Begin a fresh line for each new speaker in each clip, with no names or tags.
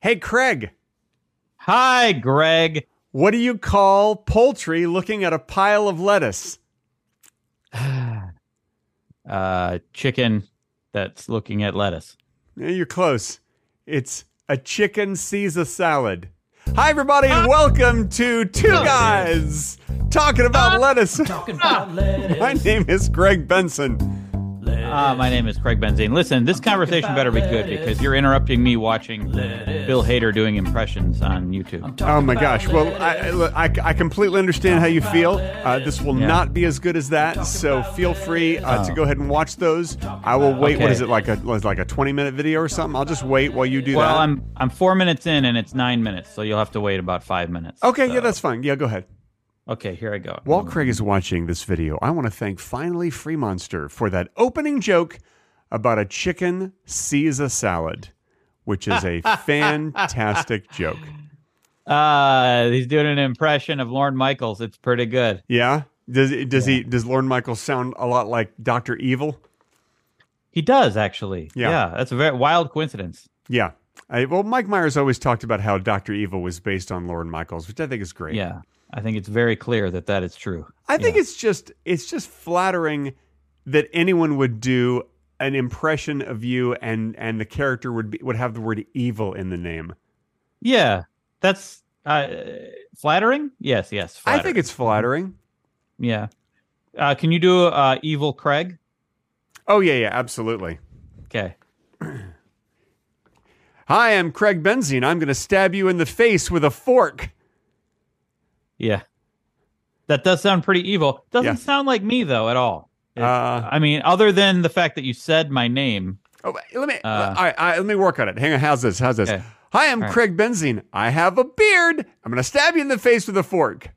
Hey, Craig,
Hi, Greg.
what do you call poultry looking at a pile of lettuce?
Uh, chicken that's looking at lettuce.
Eh, You're close. It's a chicken Caesar salad. Hi, everybody, and welcome to Two Guys Talking About Lettuce.
Talking about lettuce.
My name is Greg Benson.
Uh, my name is Craig Benzine. Listen, this conversation better be good because you're interrupting me watching Bill Hader doing impressions on YouTube.
Oh my gosh. Well, I, I, look, I, I completely understand how you feel. Uh, this will
Yeah.
not be as good as that, so feel free uh, to go ahead and watch those. I will wait. What
Okay.
is it like a like a twenty minute video or something? I'll just wait while you do
Well,
that.
I'm I'm four minutes in and it's nine minutes, so you'll have to wait about five minutes.
okay, yeah,
So-
that's fine. Yeah, go ahead.
okay. Here I go.
While Craig is watching this video, I want to thank Finally Free Monster for that opening joke about a chicken Caesar salad, which is a fantastic joke.
Uh, he's doing an impression of Lorne Michaels. It's pretty good.
Yeah? Does does he does Lorne Michaels sound a lot like Dr. Evil?
He does actually.
Yeah.
that's a very wild coincidence.
Yeah. I, well, Mike Myers always talked about how Dr. Evil was based on Lorne Michaels, which I think is great.
Yeah, I think it's very clear that that is true.
I think it's just it's just flattering that anyone would do an impression of you and and the character would be, would have the word evil in the name.
Yeah, that's uh, flattering. Yes, yes. Flattering.
I think it's flattering.
yeah. Uh, can you do uh, evil Craig?
Oh yeah, yeah, absolutely.
Okay.
Hi, I'm Craig Benzine. I'm going to stab you in the face with a fork.
Yeah, that does sound pretty evil. Doesn't
Yeah.
sound like me though at all. It-
Uh.
I mean, other than the fact that you said my name.
Oh, wait, let me.
Uh.
all, right, all right, let me work on it. Hang on. How's this? How's this?
Okay.
Hi, I'm
All right.
Craig Benzine. I have a beard. I'm going to stab you in the face with a fork.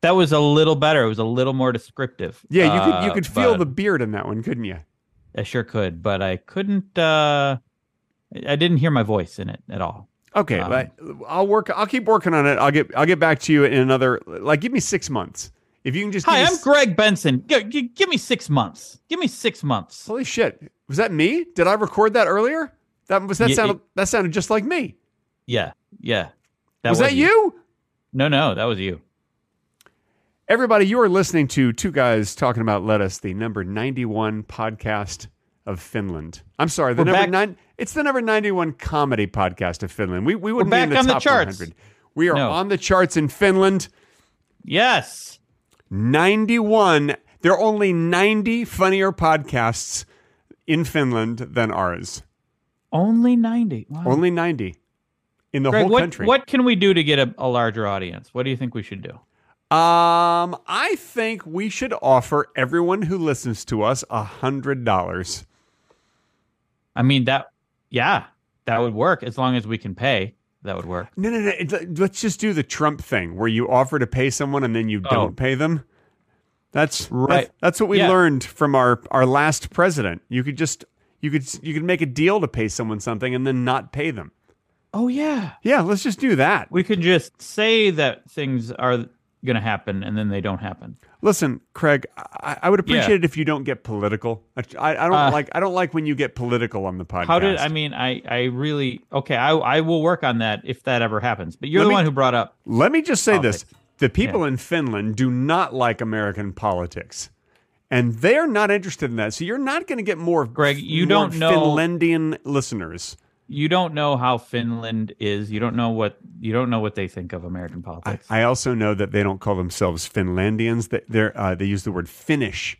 That was a little better. It was a little more descriptive.
Yeah, you could you
Uh,
could feel
but-
the beard in that one, couldn't you?
I sure could, but I couldn't. uh I- I didn't hear my voice in it at all.
Okay,
Um,
but I'll work. I'll keep working on it. I'll get I'll get back to you in another. Like, give me six months. If you can just.
Hi,
give me
I'm
s-
Greg Benson. G- g- give me six months. Give me six months.
Holy shit! Was that me? Did I record that earlier? That was that
Yeah,
sounded that sounded just like me.
Yeah, yeah.
was, that you?
No, no, that was you.
Everybody, you are listening to Two Guys Talking About Lettuce, the number 91 podcast of Finland. I'm sorry, the
We're
number
back-
nine. It's the number 91 comedy podcast of Finland. We, we wouldn't
back
be in
on
the
the
top
charts.
100. We are
No.
on the charts in Finland.
Yes.
91. There are only 90 funnier podcasts in Finland than ours.
Only 90. Wow.
Only 90 in the
Greg,
whole
what,
country.
what can we do to get a, a larger audience? What do you think we should do?
Um, I think we should offer everyone who listens to us a hundred dollars.
I mean, that, yeah, that would work as long as we can pay. That would work.
No, no, no. It's- Let's just do the Trump thing where you offer to pay someone and then you don't pay them. That's that's-
Oh. Right.
That's, what we
Yeah.
learned from our our last president. You could just you could you could make a deal to pay someone something and then not pay them.
Oh, yeah.
Yeah, let's just do that.
We could just say that things are going to happen and then they don't happen.
Listen, Craig, I, I would appreciate
Yeah.
it if you don't get political. I, I don't
Uh,
like I don't like when you get political on the podcast.
How did I mean? I I really okay. I I will work on that if that ever happens. But you're
Let
the
me-
one who brought up.
Let me just say this:
Politics.
the people in Finland do not like American politics, and they are not interested in that. So you're not going to get more,
Greg, you
more
don't know-
Finlandian listeners.
You don't know how Finland is. You don't know what you don't know what they think of American politics.
I also know that they don't call themselves Finlandians. That they're uh, they use the word Finnish.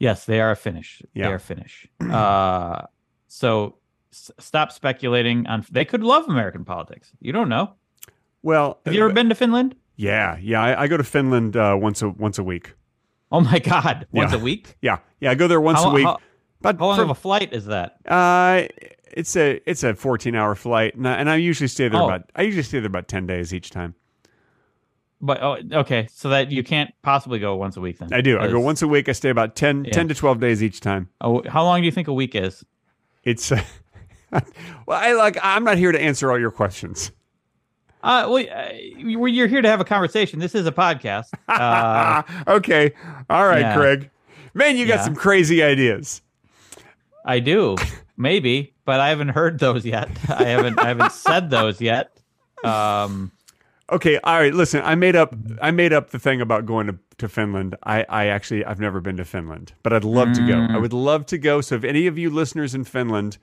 yes, they are Finnish.
Yeah.
They are Finnish. uh, so s- stop speculating on. They could love American politics. You don't know.
Well,
Have you ever been to Finland?
yeah, yeah. I, I go to Finland uh, once a once a week.
Oh my God! Once
Yeah.
a week.
Yeah, yeah. I go there once
How-
a week.
how-
but
How long
for-
of a flight is that?
Uh, it's a it's a fourteen hour flight, and I, and I usually stay there
Oh.
about I usually stay there about ten days each time.
But oh, okay, so that you can't possibly go once a week then.
I do. I go
Because-
once a week. I stay about 10,
Yeah.
10 to twelve days each time.
Oh, how long do you think a week is?
It's uh, well, I like I'm not here to answer all your questions.
Uh, well, uh, you- you're here to have a conversation. This is a podcast. Uh,
Ah, okay, all right,
Yeah.
Craig. Man, you got
Yeah.
some crazy ideas.
I do. Maybe, but I haven't heard those yet. I haven't I haven't said those yet. Um,
Okay, all right. Listen, I made up. I made up the thing about going to, to Finland. I, I actually I've never been to Finland, but I'd love to
Mm.
go. I would love to go. So if any of you listeners in Finland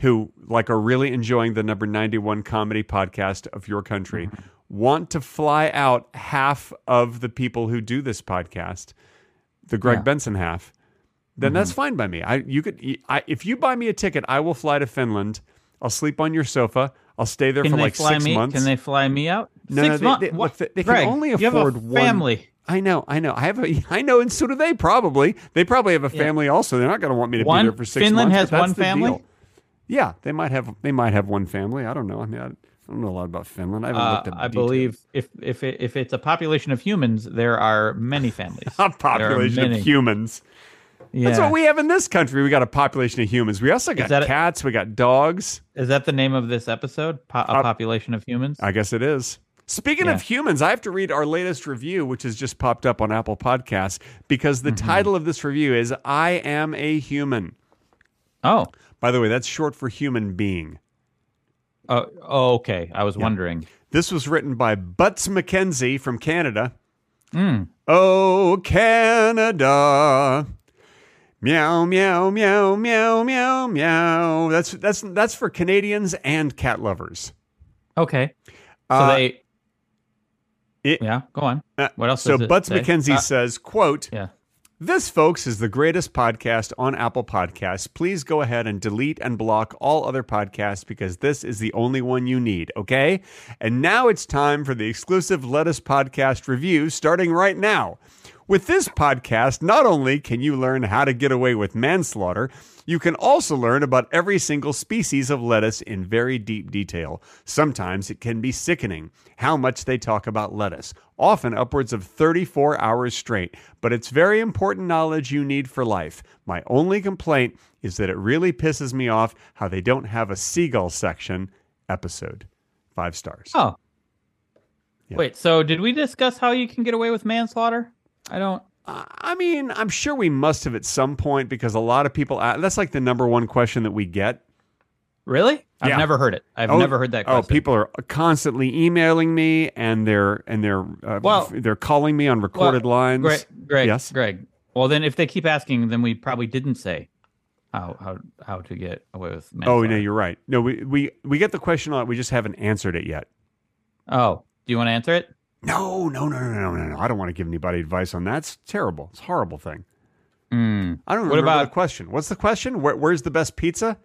who like are really enjoying the number ninety one comedy podcast of your country
Mm-hmm.
want to fly out half of the people who do this podcast, the Greg Benson half, then that's fine
Mm-hmm.
by me. I you could I, if you buy me a ticket, I will fly to Finland. I'll sleep on your sofa. I'll stay there
can
for
they
like
fly
six
me?
months.
Can they fly me out?
No,
Six
no,
months.
they, they,
What?
look, they, they
Greg,
can only
you have a
afford one
family.
I know, I know. I have a, I know, and so do they. Probably, they probably have a family also. They're not going to want me to
One-
be there for six months.
Finland
but
has
that's
one
the
family?
deal. Yeah, they might have. They might have one family. I don't know. I mean, I, I don't know a lot about Finland. I haven't
Uh,
looked up.
I
details.
believe if if it, if it's a population of humans, there are many families.
a population of humans.
Yeah.
That's what we have in this country. We got a population of humans. We also got
that a-
cats. we got dogs.
Is that the name of this episode? Po- a population of humans.
I guess it is. Speaking of humans, I have to read our latest review, which has just popped up on Apple Podcasts, because the
Mm-hmm.
title of this review is "I Am a Human."
oh.
By the way, that's short for human being.
Oh, oh, okay. I was wondering.
This was written by Butts McKenzie from Canada.
Hmm.
Oh, Canada. Meow, meow, meow, meow, meow, meow. That's, that's, that's for Canadians and cat lovers.
Okay. So
Uh,
they.
it-
yeah. Go on.
Uh,
What else
So
does it
Butts
say?
McKenzie
Uh,
says, quote,
Yeah.
This, folks, is the greatest podcast on Apple Podcasts. Please go ahead and delete and block all other podcasts because this is the only one you need, okay? And now it's time for the exclusive Lettuce Podcast review starting right now. With this podcast, not only can you learn how to get away with manslaughter, you can also learn about every single species of lettuce in very deep detail. Sometimes it can be sickening how much they talk about lettuce, often upwards of 34 hours straight, but it's very important knowledge you need for life. My only complaint is that it really pisses me off how they don't have a seagull section episode. Five stars.
Oh.
Yeah.
Wait. So did we discuss how you can get away with manslaughter? I don't.
I mean, I'm sure we must have at some point because a lot of people, a- that's like the number one question that we get.
Really? I've
Yeah.
never heard it. I've
Oh,
never heard that question.
Oh, people are constantly emailing me, and they're and they're uh,
Well-
f- they're calling me on recorded
Well,
lines.
Greg, Greg,
Yes?
Greg. Well, then, if they keep asking, then we probably didn't say how how how to get away with
Oh
manslaughter.
no, you're right. No, we we we get the question a lot. We just haven't answered it yet.
Oh, do you want to answer it?
No, no, no, no, no, no, no. I don't want to give anybody advice on that. It's terrible. It's a horrible thing.
Hmm.
I don't remember
about-
the question. What's the question? Where, where's the best pizza?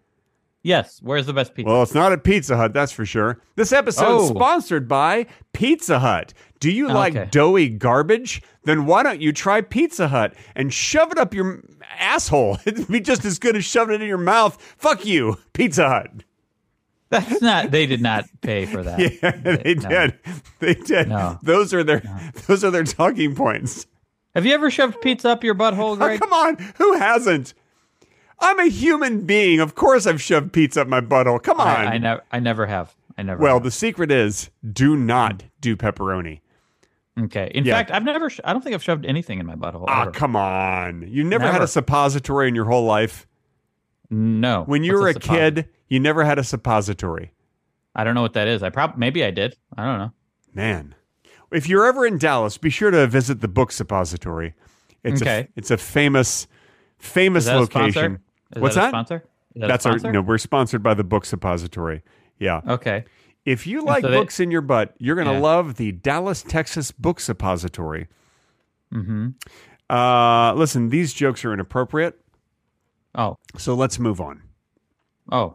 Yes. Where's the best pizza?
Well, it's not at Pizza Hut, that's for sure. This episode is
Oh.
sponsored by Pizza Hut. Do you
Okay.
like doughy garbage? Then why don't you try Pizza Hut and shove it up your m- asshole? It'd be just as good as shoving it in your mouth. Fuck you, Pizza Hut.
That's not. They did not pay for that.
Yeah, they
No.
did. They did.
No.
Those are their those are their talking points.
Have you ever shoved pizza up your butthole,
Oh,
Greg?
come on, who hasn't? I'm a human being. Of course I've shoved pizza up my butthole. Come on.
I, I never. I never have. I never.
well,
have.
the secret is do not do pepperoni.
okay. In
yeah.
fact, I've never. Sh- I don't think I've shoved anything in my butthole.
Ah,
ever.
come on. You never, had
Never.
a suppository in your whole life.
no.
When you
What's
were a,
suppository?
kid, you never had a suppository.
I don't know what that is. I probably maybe I did. I don't know.
Man. If you're ever in Dallas, be sure to visit the book suppository. It's
Okay.
a it's a famous famous
Is that a
location.
sponsor? Is
What's
that? A
that?
sponsor? Is that
That's
a
our
sponsor?
no, we're sponsored by the book suppository. Yeah.
Okay.
If you like
so they-
books in your butt, you're going to
Yeah.
love the Dallas, Texas Book Suppository.
Mm-hmm.
Uh, listen, these jokes are inappropriate,
Oh.
so let's move on.
Oh.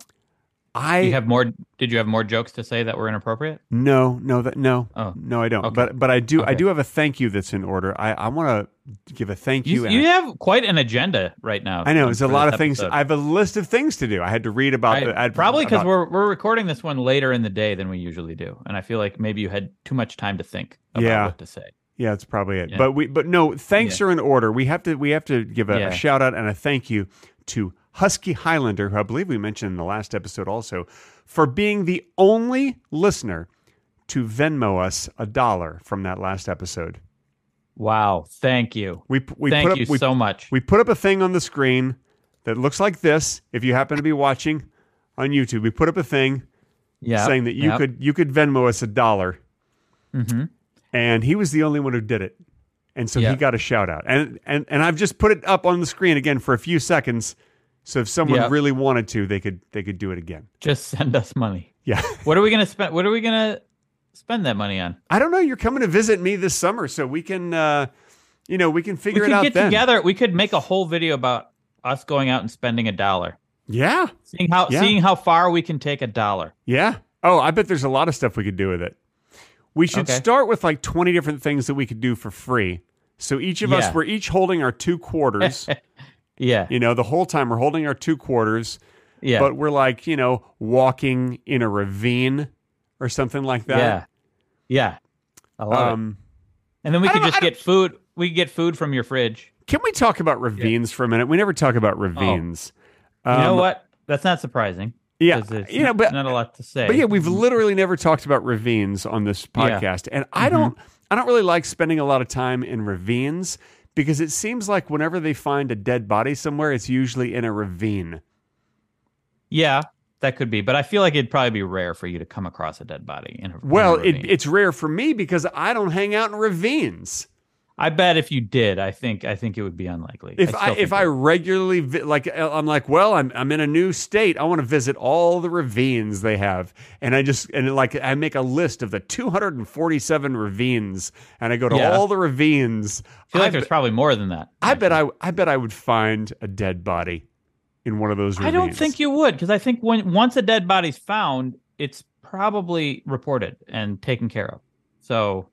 I
you have more did you have more jokes to say that were inappropriate
No, no, that no,
Oh,
no, I don't.
okay.
But but I do I
Okay.
do have a thank you that's in order. I I want to give a thank you.
you,
and
you
I-
have quite an agenda right now
I know there's a
for
lot
this
of things.
episode.
I have a list of things to do. I had to read about.
I-
the- I had-
probably because
about-
we're we're recording this one later in the day than we usually do and i feel like maybe you had too much time to think about
Yeah.
what to say
yeah, that's probably it.
Yeah.
But we but no thanks are in order. We have to we have to give a,
Yeah.
a shout out and a thank you to Husky Highlander, who I believe we mentioned in the last episode also, for being the only listener to Venmo us a dollar from that last episode.
wow thank you
We we
thank
put up,
you
we
so much
We put up a thing on the screen that looks like this. If you happen to be watching on YouTube, we put up a thing
Yeah.
saying that you
Yep.
could you could Venmo us a dollar,
Mhm.
and he was the only one who did it, and so he
Yeah.
got a shout out. And and and I've just put it up on the screen again for a few seconds, so if someone
Yeah.
really wanted to, they could they could do it again.
Just send us money.
Yeah,
What are we gonna spend? What are we gonna spend that money on?
I don't know. You're coming to visit me this summer, so we can uh, you know we can
We
figure
could
it out
get
then.
together. We could make a whole video about us going out and spending a dollar,
Yeah,
seeing how
Yeah.
seeing how far we can take a dollar.
yeah. Oh, I bet there's a lot of stuff we could do with it. We should
Okay.
start with like 20 different things that we could do for free. So each of
Yeah.
us, we're each holding our two quarters.
Yeah,
you know, the whole time we're holding our two quarters.
yeah,
but we're like you know walking in a ravine or something like
yeah,
that
yeah. I love it.
um
And then we
I
could
don't- I
just get food. We could get food from your fridge.
can we talk about ravines for a minute we never talk about ravines
Oh. You know
Um,
what? That's not surprising.
yeah
'cause it's
you know
not-
but,
not a lot to say.
but yeah we've literally never talked about ravines on this
Mm-hmm. Yeah. Mm-hmm.
podcast and i don't i don't really like spending a lot of time in ravines because it seems like whenever they find a dead body somewhere it's usually in a ravine
Yeah, that could be. But I feel like it'd probably be rare for you to come across a dead body. In a,
well
in a
it,
ravine.
it's rare for me because i don't hang out in ravines
I bet if you did, I think I think it would be unlikely.
if
still
I,
think
if I
it-
regularly vi- like uh, I'm like well I'm I'm in a new state I want to visit all the ravines they have and I just and like I make a list of the 247 ravines and I go to
Yeah.
all the ravines
I feel
I,
like there's probably more than that.
I bet I I bet I would find a dead body in one of those
I
ravines
don't think you would because I think when once a dead body's found, it's probably reported and taken care of. So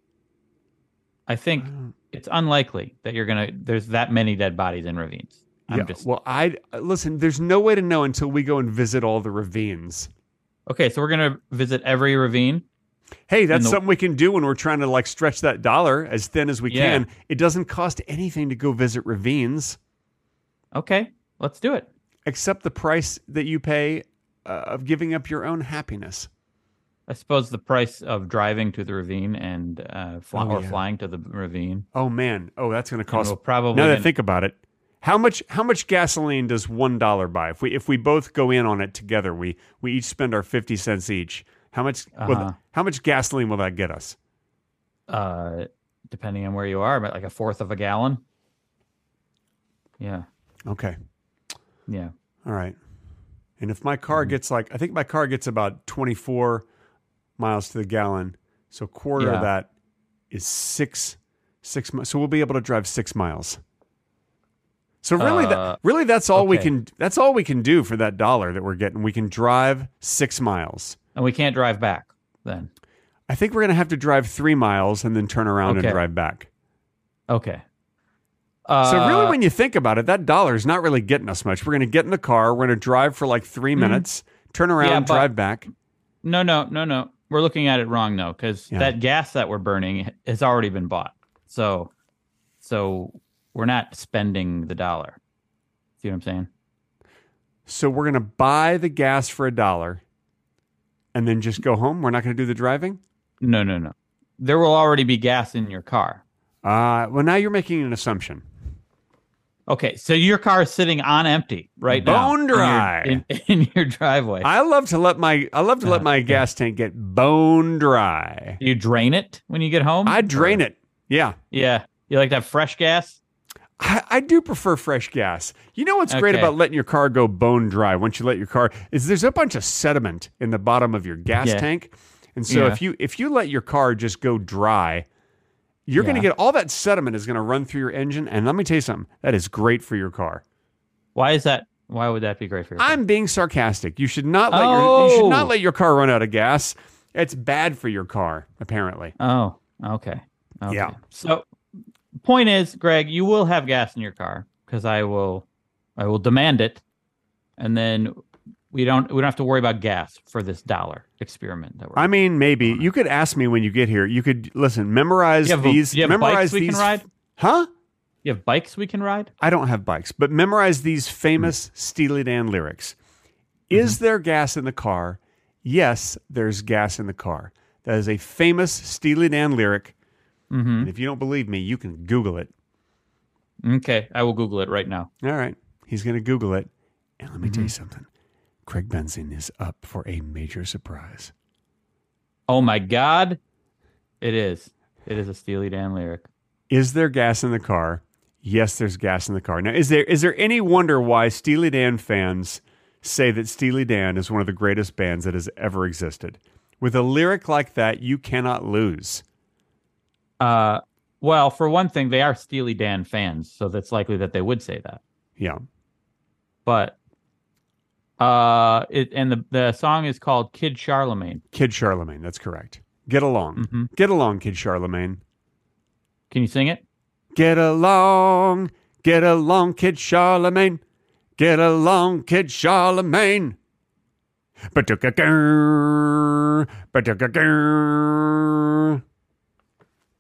I think
Uh.
it's unlikely that you're gonna there's that many dead bodies in ravines. I'm
yeah,
just
well I listen there's no way to know until we go and visit all the ravines
okay. So we're gonna visit every ravine.
Hey, that's
the-
something we can do when we're trying to like stretch that dollar as thin as we
Yeah.
can. It doesn't cost anything to go visit ravines.
Okay, let's do it.
Except the price that you pay uh, of giving up your own happiness.
I suppose the price of driving to the ravine and uh, fly,
Oh,
or
yeah.
flying to the ravine
Oh man, oh that's going to
and
cost.
we'll probably
now that I
gonna-
think about it, how much how much gasoline does one dollar buy? If we if we both go in on it together, we we each spend our fifty cents each. How much will-
Uh-huh.
how much gasoline will that get us?
uh, depending on where you are, but like a fourth of a gallon. Yeah,
Okay,
yeah.
all right. And if my
Mm-hmm.
car gets like I think my car gets about twenty four miles to the gallon, so quarter
Yeah.
of that is six six miles. So we'll be able to drive six miles. So really,
Uh,
that, really, that's all we
okay.
can. That's all we can do for that dollar that we're getting. We can drive six miles.
And we can't drive back then.
I think we're gonna have to drive three miles and then turn around
Okay.
and drive back.
Okay. Uh,
So really, when you think about it, that dollar is not really getting us much. We're gonna get in the car. We're gonna drive for like 3 minutes, turn around,
Mm-hmm. Yeah, but-
drive back.
no, no, no, no. We're looking at it wrong though, because
Yeah.
that gas that we're burning has already been bought. So, so we're not spending the dollar. See what I'm saying?
So we're going to buy the gas for a dollar and then just go home. We're not going to do the driving.
No, no, no. There will already be gas in your car.
Uh, well, now you're making an assumption.
Okay, so your car is sitting on empty right now.
Bone
in your-
dry.
in, in your driveway.
I love to let my I love to
Uh,
let my gas tank get bone dry.
Do you drain it when you get home?
I drain it. Yeah,
Yeah. You like that fresh gas?
I, I do prefer fresh gas. You know what's great
Okay.
about letting your car go bone dry once you let your car is there's a bunch of sediment in the bottom of your gas
Yeah.
tank, and so
Yeah.
if you if you let your car just go dry, you're going to
Yeah.
get all that sediment is going to run through your engine. And let me tell you something that is great for your car.
Why is that? Why would that be great for your
I'm being sarcastic. You should not let your you should not
Oh.
let your car run out of gas. It's bad for your car, apparently.
Oh, okay. okay.
Yeah.
So point is, Greg, you will have gas in your car because I will I will demand it. And then we don't we don't have to worry about gas for this dollar experiment that we're
I mean, maybe you could ask me when you get here. You could listen, memorize
you have,
these.
you have
memorize
bikes we
these,
can ride?
huh?
You have bikes we can ride?
I don't have bikes, but memorize these famous Steely Dan lyrics. Is there gas in the car? Yes, there's gas in the car. That is a famous Steely Dan lyric.
Mm-hmm.
And if you don't believe me, you can Google it.
Okay. I will Google it right now.
All right. He's going to Google it. And let me tell you something. Craig Benson is up for a major surprise.
Oh my God. It is. It is a Steely Dan lyric.
Is there gas in the car? Yes, there's gas in the car. Now, is there is there any wonder why Steely Dan fans say that Steely Dan is one of the greatest bands that has ever existed? With a lyric like that, you cannot lose.
Uh, well, for one thing, they are Steely Dan fans, so that's likely that they would say that.
Yeah.
But uh, it and the the song is called Kid Charlemagne.
Kid Charlemagne, that's correct. Get along.
hmm
Get along, Kid Charlemagne.
Can you sing it?
Get along. Get along, Kid Charlemagne. Get along, Kid Charlemagne. Ba-da-ga-ga, ba-da-ga-ga.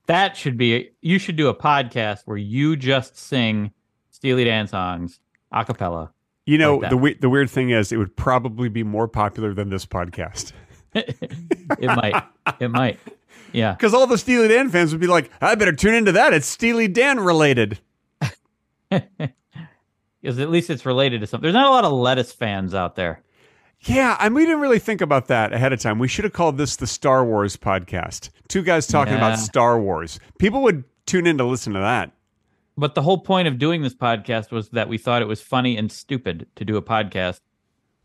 That should be. You should do a podcast where you just sing Steely Dan songs a cappella.
You know,
Like that.
the, we- the weird thing is, it would probably be more popular than this podcast.
it might. It might. Yeah.
Because all the Steely Dan fans would be like, I better tune into that. It's Steely Dan related.
Because at least it's related to something. There's not a lot of lettuce fans out there.
Yeah, and we didn't really think about that ahead of time. We should have called this the Star Wars podcast. Two guys talking
Yeah.
about Star Wars. People would tune in to listen to that.
But the whole point of doing this podcast was that we thought it was funny and stupid to do a podcast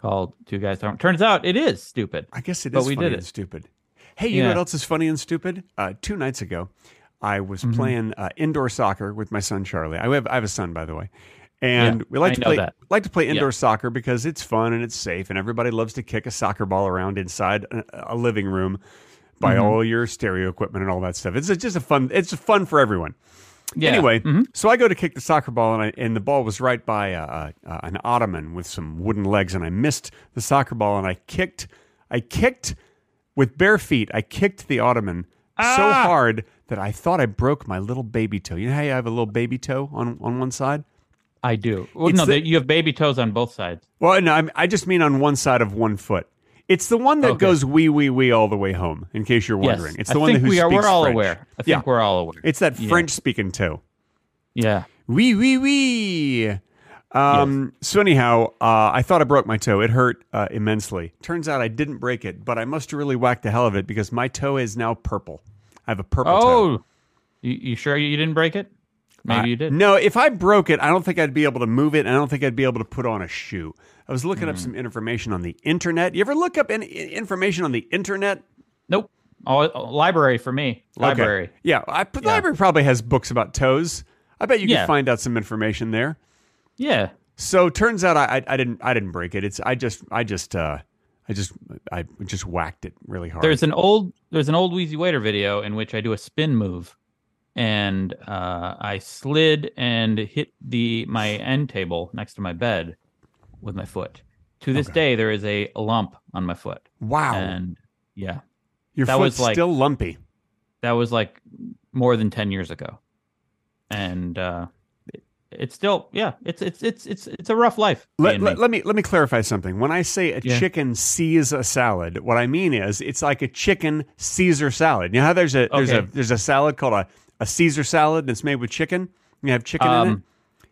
called Two Guys Talking. Turns out it is stupid.
I guess it is
But we
funny
did
and
it.
stupid. Hey, you know
Yeah.
what else is funny and stupid? Uh, two nights ago, I was
Mm-hmm.
playing uh, indoor soccer with my son Charlie. I have I have a son, by the way, and
Yeah,
we like
I
to
know
play
that.
like to play indoor soccer because it's fun and it's safe, and everybody loves to kick a soccer ball around inside a, a living room by
Mm-hmm.
all your stereo equipment and all that stuff. It's just a fun. It's fun for everyone.
Yeah.
Anyway,
Mhm.
so I go to kick the soccer ball, and, I, and the ball was right by uh, uh, an ottoman with some wooden legs, and I missed the soccer ball, and I kicked, I kicked with bare feet. I kicked the ottoman so
Ah!
hard that I thought I broke my little baby toe. You know how you have a little baby toe on on one side?
I do. Well,
It's
no,
the-
they- you have baby toes on both sides.
Well, no, I'm, I just mean on one side of one foot. It's the one that
Okay.
goes wee wee wee all the way home. In case you're
Yes.
wondering, it's the
I
one
think
who
we are.
speaks
We're all
French.
aware. I think
Yeah.
we're all aware.
It's that
Yeah.
French speaking toe.
yeah.
Wee wee wee. Um, So anyhow, uh, I thought I broke my toe. It hurt uh, immensely. Turns out I didn't break it, but I must have really whacked the hell of it because my toe is now purple. I have a purple toe.
Oh, you, you sure you didn't break it? Maybe
I-
you did.
No, if I broke it, I don't think I'd be able to move it. and I don't think I'd be able to put on a shoe. I was looking
Hmm.
up some information on the internet. You ever look up any information on the internet?
Nope. Oh, oh, library for me.
Okay.
Library.
Yeah, I, the library probably has books about toes. I bet you
Yeah.
could find out some information there.
Yeah.
So turns out I, I I didn't I didn't break it. It's I just I just uh I just I just whacked it really hard.
There's an old there's an old Wheezy Waiter video in which I do a spin move, and uh, I slid and hit the my end table next to my bed with my foot. To this day, there is a lump on my foot,
wow,
and yeah,
your
that
foot's
was like-
still lumpy.
that was like more than ten years ago, and uh, it- it's still yeah, it's it's it's it's it's a rough life.
Let,
being
let,
me.
let me let me clarify something. When I say a
Yeah.
chicken sees a salad, what I mean is it's like a chicken Caesar salad. You know how there's a there's a
Okay.
there's a salad called a, a Caesar salad and it's made with chicken. You have chicken in it.
Um,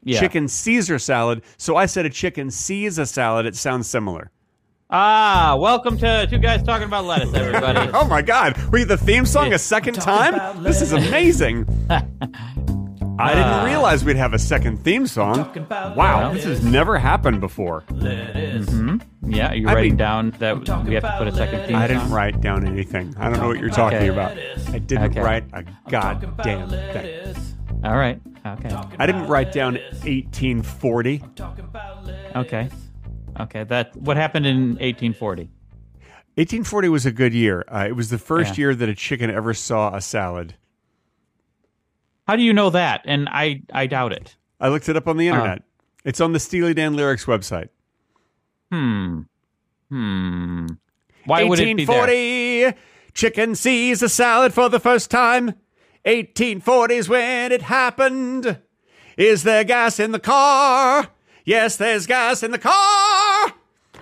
yeah.
Chicken Caesar salad. So I said a chicken sees a salad. It sounds similar.
Ah, welcome to two guys talking about lettuce, everybody.
Oh my God! We the theme song a second time. This is amazing. I didn't realize we'd have a second theme song. Wow, this has never happened before.
Mm-hmm.
Yeah, are you
I
writing
mean-
down that we have to put a second theme
I didn't
song?
write down anything. I don't know what you're talking about. I didn't
Okay.
write a goddamn thing.
All right. Okay.
I didn't write down 1840.
Okay. Okay. That what happened in 1840.
1840 was a good year. Uh, it was the first
Yeah.
year that a chicken ever saw a salad.
How do you know that? And I I doubt it.
I looked it up on the internet. It's on the Steely Dan lyrics website.
Hmm. Hmm. Why would it be there?
1840, chicken sees a salad for the first time. 1840s when it happened. Is there gas in the car? Yes, there's gas in the car. I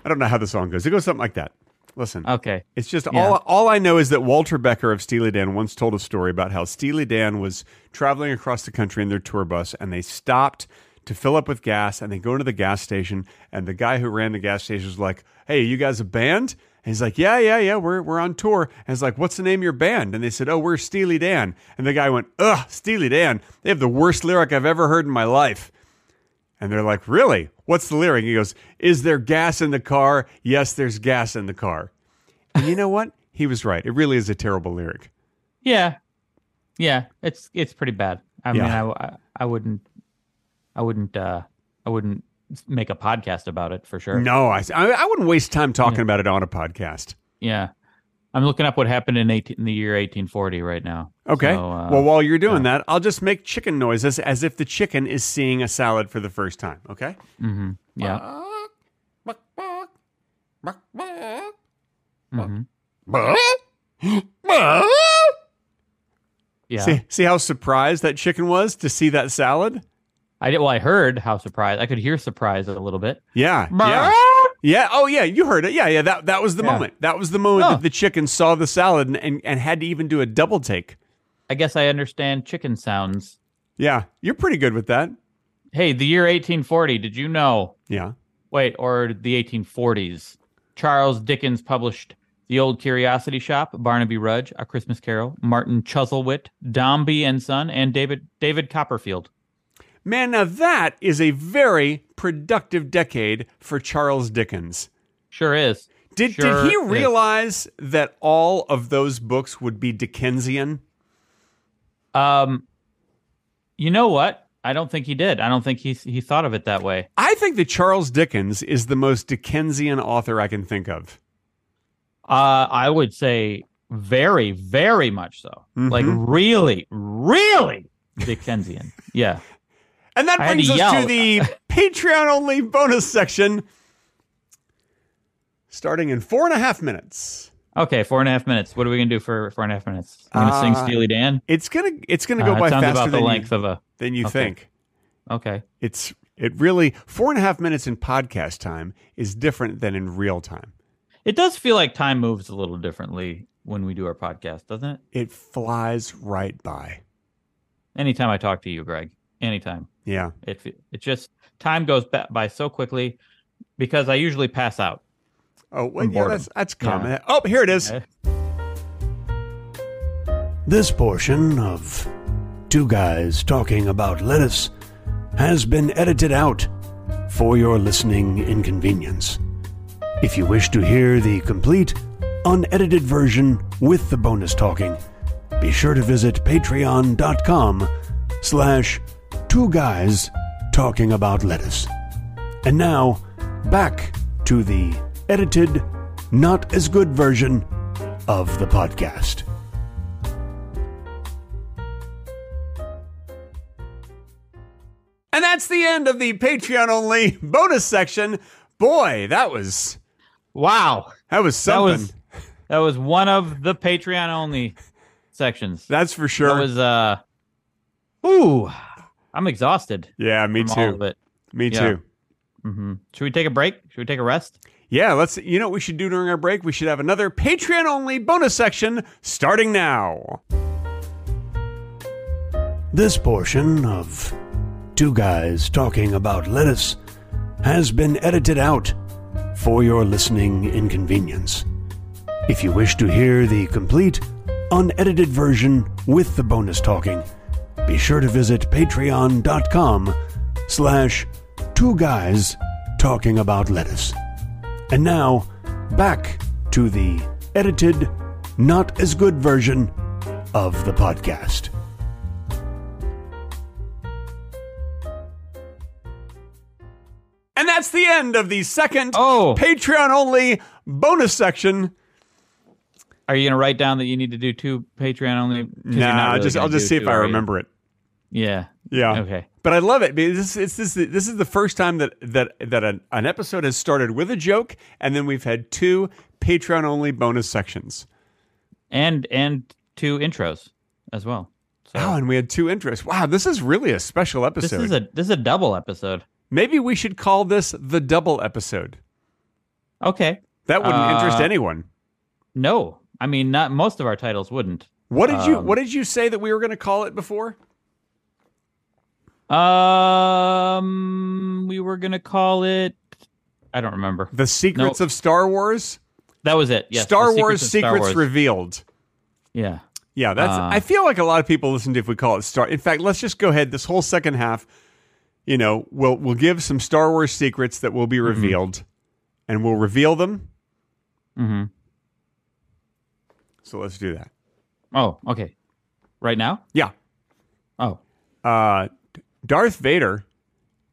don't know how the song goes. It goes something like that. Listen,
Okay.
it's just
yeah.
all all I know is that Walter Becker of Steely Dan once told a story about how Steely Dan was traveling across the country in their tour bus and they stopped to fill up with gas and they go to the gas station and the guy who ran the gas station was like, "Hey, you guys a band?" And he's like, "Yeah, yeah, yeah, we're we're on tour." And he's like, "What's the name of your band?" And they said, "Oh, we're Steely Dan." And the guy went, "Ugh, Steely Dan. They have the worst lyric I've ever heard in my life." And they're like, "Really? What's the lyric?" He goes, "Is there gas in the car?" "Yes, there's gas in the car." And you know what? He was right. It really is a terrible lyric.
Yeah, yeah, it's it's pretty bad. I mean,
Yeah.
I, I I wouldn't, I wouldn't, uh I wouldn't make a podcast about it for sure. Hmm.
No, I I, I wouldn't waste time talking about it on a podcast.
Yeah, I'm looking up what happened in 18, in the year 1840 right now.
Okay.
So, uh,
well, while you're doing that, I'll just make chicken noises as if the chicken is seeing a salad for the first time. Okay.
mhm, yeah.
uh,
mhm. Yeah.
See, see how surprised that chicken was to see that salad?
I did. Well, I heard how surprised. I could hear surprise a little bit.
Yeah. Yeah. Yeah. Oh, yeah. You heard it. Yeah. Yeah. That that was the
Yeah.
moment. That was the moment
Oh.
that the chicken saw the salad and, and, and had to even do a double take.
I guess I understand chicken sounds.
Yeah. You're pretty good with that.
Hey, the year 1840. Did you know?
Yeah.
Wait, or the 1840s. Charles Dickens published The Old Curiosity Shop, Barnaby Rudge, A Christmas Carol, Martin Chuzzlewit, Dombey and Son, and David David Copperfield.
Man, now that is a very productive decade for Charles Dickens.
Sure is.
Did
Sure
did he
is.
realize that all of those books would be Dickensian?
Um, you know what? I don't think he did. I don't think he he thought of it that way.
I think that Charles Dickens is the most Dickensian author I can think of.
Uh, I would say very, very much so. Like
Mhm.
really, really Dickensian. yeah.
And that
I had
brings
to
us to
yell.
the Patreon only bonus section starting in four and a half minutes.
Okay, four and a half minutes. What are we gonna do for four and a half minutes? I'm gonna sing
Uh,
Steely Dan.
It's gonna it's gonna go
Uh, it
by
sounds
faster
about the
than,
length
you,
of a.
than you
okay.
think.
Okay.
It's it really four and a half minutes in podcast time is different than in real time.
It does feel like time moves a little differently when we do our podcast, doesn't it?
It flies right by.
Anytime I talk to you, Greg. Anytime.
Yeah.
It fe- it just time goes ba- by so quickly because I usually pass out.
Oh, well,
From
yeah,
boredom.
that's, that's common. Oh, here it is.
Okay?
This portion of Two Guys Talking About Lettuce has been edited out for your listening inconvenience. If you wish to hear the complete, unedited version with the bonus talking, be sure to visit patreon.com slash two guys talking about lettuce. And now, back to the edited, not as good version of the podcast.
And that's the end of the Patreon only bonus section. Boy, that was
Wow.
that was
That
something.
was that was one of the Patreon only sections.
that's for sure.
That was uh Ooh. I'm exhausted.
yeah, me
from All of
too.
it.
Me
Yeah.
too.
hmm Should we take a break? Should we take a rest?
Yeah, let's you know what we should do during our break? We should have another Patreon only bonus section starting now.
This portion of Two Guys Talking About Lettuce has been edited out for your listening inconvenience. If you wish to hear the complete, unedited version with the bonus talking, be sure to visit patreon.com slash two guys talking about lettuce. And now, back to the edited, not as good version of the podcast.
And that's the end of the second
Oh.
Patreon only bonus section.
Are you gonna write down that you need to do two Patreon only? 'cause you're not
Nah,
really
just I'll
gonna
just
do
see if
two,
I
are you?
remember it.
Yeah.
Yeah.
Okay.
But I love it. because This it's this this is the first time that that that an, an episode has started with a joke, and then we've had two Patreon only bonus sections.
And and two intros as well. So
Oh, and we had two interests. Wow, this is really a special
this
episode.
is a this is a double episode.
Maybe we should call this the double episode.
Okay.
That wouldn't interest
Uh,
anyone.
No. I mean not most of our titles wouldn't.
What did you
um,
What did you say that we were going to call it before?
Um, we were gonna call it. I don't remember.
The Secrets of Star Wars?
That was it. Yes,
Star
The
Wars
of
Secrets
Star Wars.
Revealed.
yeah.
Yeah, that's.
Uh.
I feel like a lot of people listen to if we call it Star. In fact, let's just go ahead this whole second half. You know, we'll we'll give some Star Wars secrets that will be
Mm-hmm.
revealed, and we'll reveal them.
hmm
So let's do that.
Oh, okay. Right now?
Yeah,
Oh,
uh, Darth Vader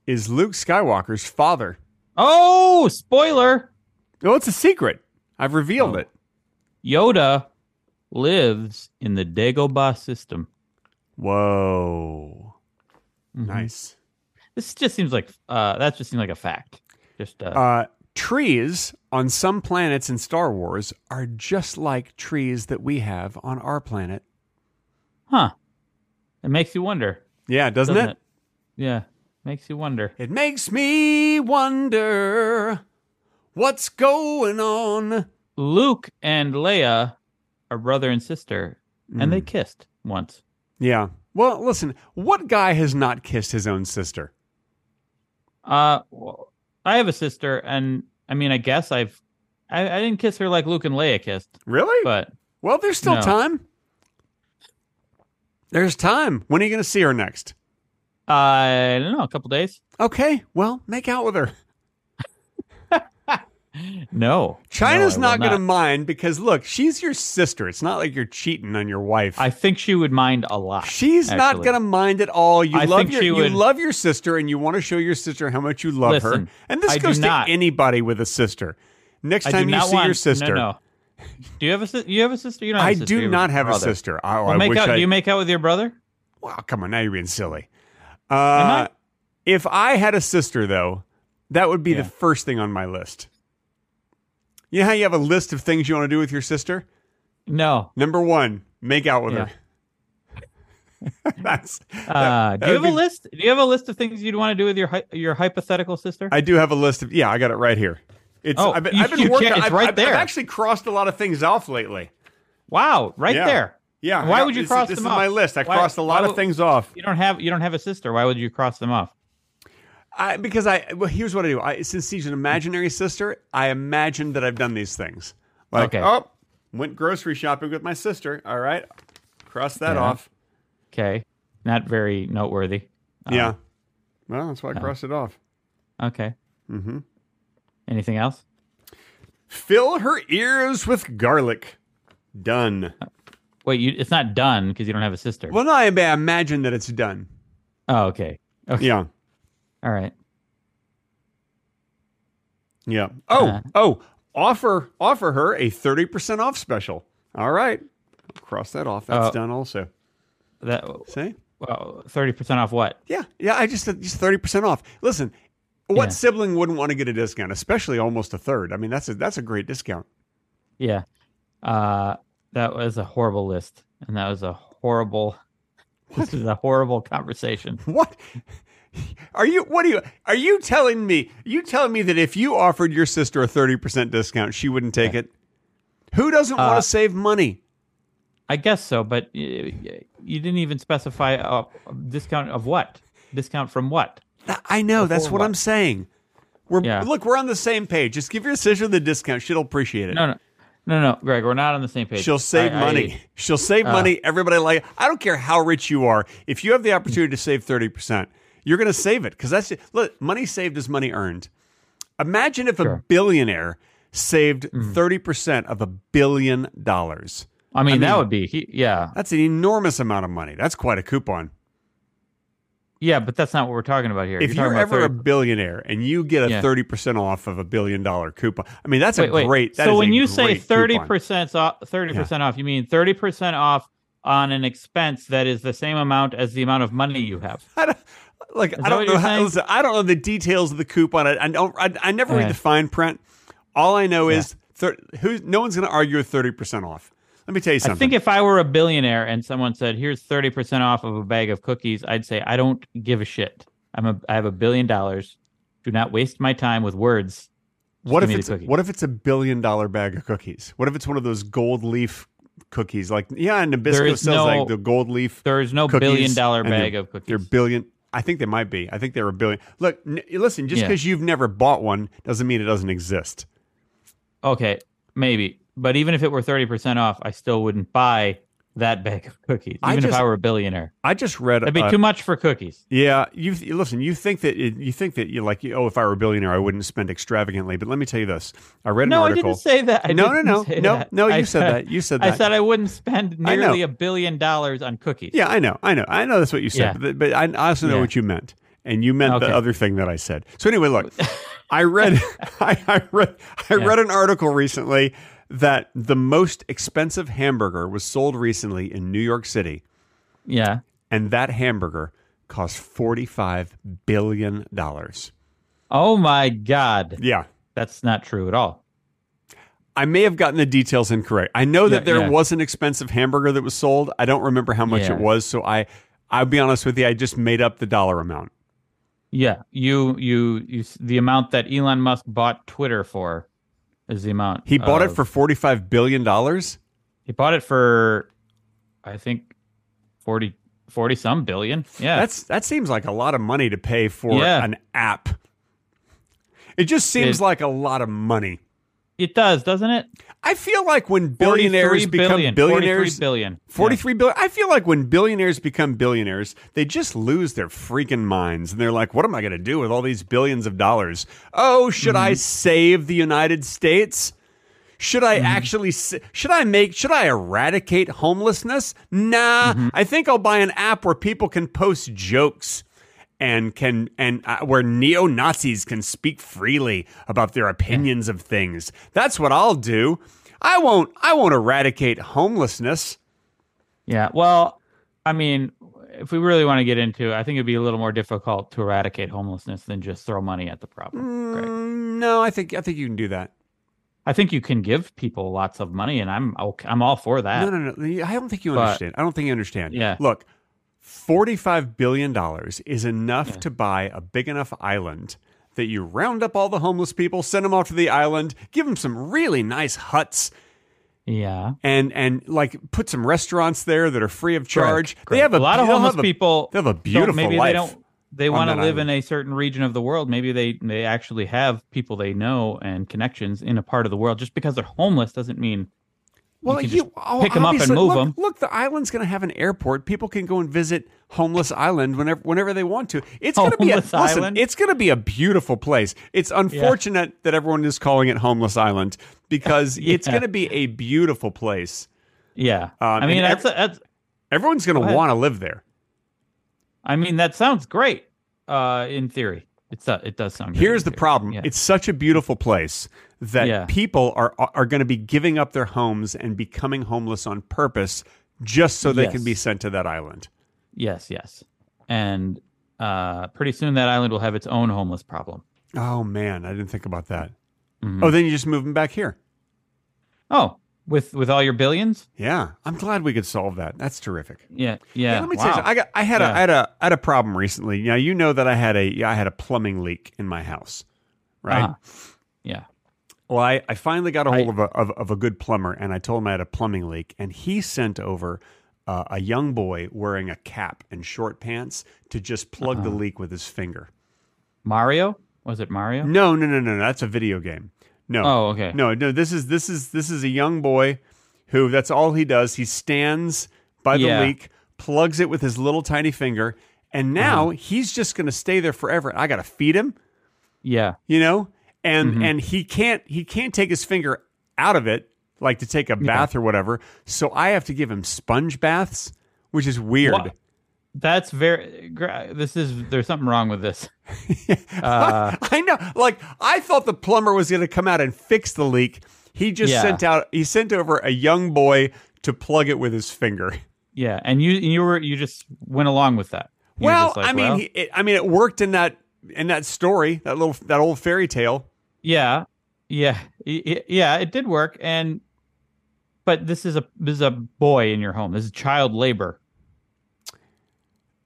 is Luke Skywalker's father.
oh, spoiler!
Oh, it's a secret. I've revealed
Oh.
it.
Yoda lives in the Dagobah system.
Whoa,
Mhm.
nice.
This just seems like uh, that just seems like a fact. Just uh,
Uh, trees on some planets in Star Wars are just like trees that we have on our planet.
huh? It makes you wonder,
Yeah, doesn't,
doesn't
it?
it? Yeah, makes you wonder.
It makes me wonder what's going on.
Luke and Leia are brother and sister, and
Hmm.
they kissed once.
Yeah. Well, listen, what guy has not kissed his own sister?
Uh, well, I have a sister, and I mean, I guess I've I, I didn't kiss her like Luke and Leia kissed,
Really?
but
well, there's still
No.
time. There's time. When are you going to see her next?
I don't know, a couple days.
Okay. Well, make out with her.
No,
China's
No, I
not
will
going to mind because look, she's your sister. It's not like you're cheating on your wife.
I think she would mind a lot.
she's not
actually.
going to mind at all. You
I
love
think
your
she
you
would-
love your sister and you want to show your sister how much you love her.
Listen,
And this
I do
goes to
not-
anybody with a sister. Next
I do
time you
not
see
want,
your sister.
No, no. Do you have a si- you have a sister? You don't. Have
I
a sister, you
do not have a
brother.
sister. Oh,
Well,
I
make
wish
out.
I
Do you make out with your brother?
Wow, come on, now you're being silly. Uh,
I?
If I had a sister, though, that would be the
Yeah.
first thing on my list. You know how you have a list of things you want to do with your sister?
No.
Number one, make out with
Yeah.
her. That's.
Uh,
that
do you
would
have a
be-
list? Do you have a list of things you'd want to do with your hy- your hypothetical sister?
I do have a list of. Yeah, I got it right here. It's.
Oh,
I've, been-
you-
I've been
you
working.
can't- it's
I've,
right
I've-
there.
I've actually crossed a lot of things off lately.
wow, right
Yeah.
there.
Yeah. I
Why
got-
would you
this,
cross
This
them
is
off?
my list. I
Why-
crossed a lot
why
of
would-
things off.
You don't have you don't have a sister. Why would you cross them off?
I, because I well, here's what I do. I, since she's an imaginary sister, I imagine that I've done these things. Like,
Okay.
oh, went grocery shopping with my sister. All right, cross that
Yeah.
off.
Okay, not very noteworthy. Uh,
yeah. Well, that's
Uh-huh.
why I crossed it off.
Okay.
Mm-hmm.
Anything else?
Fill her ears with garlic. Done.
Wait, you, it's not done because you don't have a sister.
Well, no, I ma- imagine that it's done.
Oh, okay. Okay.
Yeah.
All right.
Yeah. Oh,
Uh.
oh, offer offer her a thirty percent off special. All right, cross that off. That's
Uh,
done. Also,
That
see.
thirty percent off what?
Yeah, yeah. I just said just thirty percent off. Listen, what
Yeah.
sibling wouldn't want to get a discount, especially almost a third? I mean, that's a that's a great discount.
Yeah. Uh, that was a horrible list, and that was a horrible. This is a horrible conversation.
What are you? What are you? Are you telling me? You telling me that if you offered your sister a thirty percent discount, she wouldn't take it? Who doesn't
Uh,
want to save money?
I guess so, but you, you didn't even specify a a discount of what? Discount from what?
Th- I know. That's
for
what
what?
I'm saying. We're
Yeah.
look. We're on the same page. Just give your sister the discount. She'll appreciate it.
No, no, no, no, Greg. We're not on the same page.
She'll save
I- Uh. I-
money. She'll save money. Everybody like I don't care how rich you are. If you have the opportunity to save thirty percent, you're going to save it because that's look. Money saved is money earned. Imagine if a
Sure. Mm-hmm.
billionaire saved thirty percent of a billion dollars.
I, mean, that
mean-
would be he, yeah,
That's an enormous amount of money. That's quite a coupon.
yeah, but that's not what we're talking about here.
If
talking
you're
about
ever a
30
billionaire and you get a
Yeah.
thirty percent off of a billion dollar coupon, I mean that's a
wait, wait.
great. that
so
is
when
a
you say
great
thirty
coupon.
percent off, thirty percent off, you mean thirty percent off on an expense that is the same amount as the amount of money you have.
I don't, like I
that
don't
what
know.
you're
How,
saying?
listen, I don't know the details of the coupon. I, I don't. I, I never read
Yeah.
the fine print. All I know is thir- who. No one's going to argue with thirty percent off. Let me tell you
I think
something.
if I were a billionaire and someone said, "Here's thirty percent off of a bag of cookies," I'd say, "I don't give a shit. I'm a, I have a billion dollars. Do not waste my time with words."
what
give
if
me the
it's
cookie.
what if it's a billion dollar bag of cookies? What if it's one of those gold leaf cookies? Like yeah, and Nabisco
There is
sells like
no
the gold leaf.
There is no
Cookies
billion dollar
and
bag
your-
of
Your
cookies.
billion. I think they might be. I think they're a billion. Look, n- listen, just
Yeah.
because you've never bought one doesn't mean it doesn't exist.
Okay, maybe. But even if it were 30% off, I still wouldn't buy that bag of cookies,
I
even if
just-
I were a billionaire.
I just read.
That'd be
uh,
too much for cookies.
Yeah, you you- listen. You think that it, you think that you like. you- Oh, if I were a billionaire, I wouldn't spend extravagantly. But let me tell you this: I read an
No, I
article.
didn't say that. I
no, no,
didn't
no,
say
no,
that.
no. You
I
said that. You said that.
I said I wouldn't spend
I know.
nearly a billion dollars on cookies.
yeah, I know, I know, I know. That's what you said.
Yeah.
But, but I I also know
Yeah.
what you meant, and you meant
Okay.
the other thing that I said. So anyway, look, I read, I, I read, I
Yeah.
read an article recently that the most expensive hamburger was sold recently in New York City,
Yeah.
and that hamburger cost forty five billion dollars.
Oh my God.
Yeah.
That's not true at all.
I may have gotten the details incorrect. I know that
Yeah,
there
yeah.
was an expensive hamburger that was sold. I don't remember how much
Yeah.
it was, so I I'll be honest with you, I just made up the dollar amount.
Yeah. You, you, you, the amount that Elon Musk bought Twitter for is the amount.
He bought it
of-
for 45 billion dollars?
He bought it for, I think, 40, 40 some billion. Yeah.
That's that seems like a lot of money to pay for
Yeah.
an app. It just seems
It-
like a lot of money.
it does, doesn't it?
I feel like when billionaires
43
become
billion,
billionaires
43 billion. Yeah.
43 billion. I feel like when billionaires become billionaires, they just lose their freaking minds. And they're like, what am I going to do with all these billions of dollars? Oh, should I save the United States? Should I actually s should I make should I eradicate homelessness? Nah, I think I'll buy an app where people can post jokes and can and uh, where neo Nazis can speak freely about their opinions of things. That's what I'll do. I won't I won't eradicate homelessness.
Yeah. Well, I mean, if we really want to get into it, I think it'd be a little more difficult to eradicate homelessness than just throw money at the problem. Greg.
Mm, no, I think I think you can do that.
I think you can give people lots of money, and I'm okay, I'm all for that.
No, no, no. I don't think you
But-
understand. I don't think you understand.
Yeah.
Look, forty-five billion dollars is enough to buy a big enough island that you round up all the homeless people, send them off to the island, give them some really nice huts,
Yeah.
and and like put some restaurants there that are free of charge.
Correct.
They have a,
a lot of
they'll
homeless
have a-
people.
They have a
don't-
beautiful
maybe
life.
They don't. They
on
want to
that
live in a certain region of the world. Maybe they they actually have people they know and connections in a part of the world. Just because they're homeless doesn't mean
well, you,
can just
oh,
pick 'em up and
obviously-
move
look,
'em.
Look, the island's going to have an airport. People can go and visit homeless island whenever whenever they want to. It's going to be a,
Homeless
listen,
island?
it's going to be a beautiful place. It's unfortunate that everyone is calling it homeless island because it's
Yeah.
going to be a beautiful place.
yeah. I
Um, and
mean
ev-
that's, a, that's
Everyone's going
Go
to
ahead.
want to live there.
I mean that sounds great. Uh, in theory, it's a, it does sound. Great
Here's
in
the
theory.
problem.
Yeah.
It's such a beautiful place that
Yeah.
people are are going to be giving up their homes and becoming homeless on purpose just so they can
Yes.
be sent to that island.
yes, yes, and uh, pretty soon that island will have its own homeless problem.
Oh man, I didn't think about that.
Mhm.
Oh, then you just move them back here.
Oh, with with all your billions.
Yeah, I'm glad we could solve that. That's terrific.
Yeah, yeah.
Hey, let me
wow.
tell you, something. I got, I had a,
Yeah.
I had a, I had a problem recently. Now you know that I had a, I had a plumbing leak in my house, right?
Uh-huh. Yeah.
Well, I, I finally got a hold
I-
of, a, of of a good plumber, and I told him I had a plumbing leak, and he sent over uh, a young boy wearing a cap and short pants to just plug
Uh-huh.
the leak with his finger.
Mario? Was it Mario?
No, no, no, no, no. That's a video game. No.
Oh, okay.
No, no. This is this is this is a young boy who that's all he does. He stands by the
Yeah.
leak, plugs it with his little tiny finger, and
Uh-huh.
now he's just going to stay there forever. I got to feed him,
Yeah.
you know, and
Mm-hmm.
and he can't he can't take his finger out of it like to take a bath or whatever. So I have to give him sponge baths, which is weird.
Wha- That's very. gra- This is. There's something wrong with this.
I know. Like I thought the plumber was going to come out and fix the leak. He just
Yeah.
sent out. He sent over a young boy to plug it with his finger.
Yeah. And you and you were you just went along with that. You were
Well,
just like,
I mean,
well,
he, it, I mean, it worked in that in that story, that little that old fairy tale.
yeah, yeah, y- y- yeah. It did work, and but this is a this is a boy in your home. This is child labor.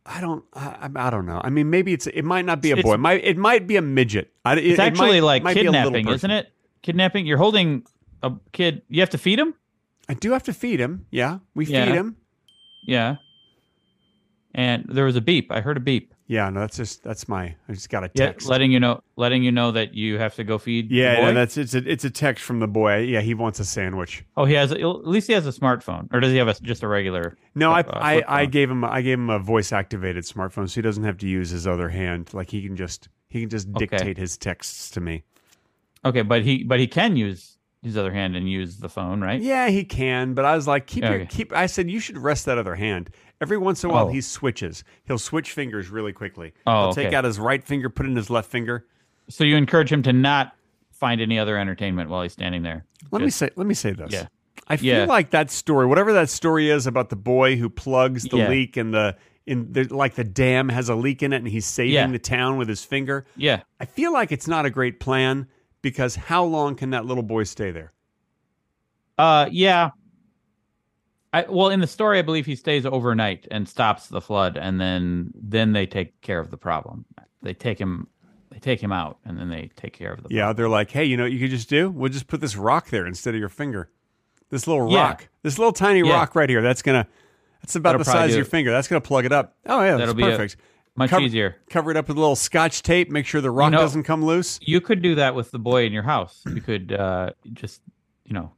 I don't, I, I don't know. I mean, maybe it's it might not be a
It's-
boy. It might it might be a midget. I, it,
It's actually like kidnapping,
is
isn't it? Kidnapping. You're holding a kid. You have to feed him.
I do have to feed him. Yeah, we
Yeah.
feed him.
Yeah. And there was a beep. I heard a beep.
Yeah, no, that's just that's my. I just got a
Yeah,
text.
letting you know, letting you know that you have to go feed. the
Yeah, no,
boy?
that's it's a it's a text from the boy. Yeah, he wants a sandwich.
oh, he has. At least he has a smartphone, or does he have a, just a regular?
No, I,
Uh,
I,
flip
I
phone.
gave him I gave him a voice activated smartphone, so he doesn't have to use his other hand. Like he can just he can just
Okay.
dictate his texts to me.
Okay, but he but he can use his other hand and use the phone, right?
Yeah, he can, but I was like, keep your
Okay.
keep. I said you should rest that other hand. Every once in a while,
Oh.
he switches. He'll switch fingers really quickly.
Oh,
He'll take
okay.
out his right finger, put in his left finger.
So you encourage him to not find any other entertainment while he's standing there.
Let me
Just-
say let me say this.
Yeah.
I feel
Yeah.
like that story, whatever that story is about the boy who plugs the
Yeah.
leak and the in the, like the dam has a leak in it and he's saving
Yeah.
the town with his finger.
Yeah.
I feel like it's not a great plan because how long can that little boy stay there?
Uh yeah. I well in the story I believe he stays overnight and stops the flood and then then they take care of the problem. They take him they take him out and then they take care of the
Yeah, they're like, hey, you know what you could just do? We'll just put this rock there instead of your finger. This little
Yeah.
rock, this little tiny
Yeah.
rock right here. That's gonna, that's about
That'll
the size
probably
of
do
your
it.
finger. That's gonna plug it up. Oh yeah, that's
That'll be a-
perfect.
much
cover-
easier.
Cover it up with a little scotch tape. Make sure the rock
know-
doesn't come loose.
You could do that with the boy in your house. You could uh just, you know,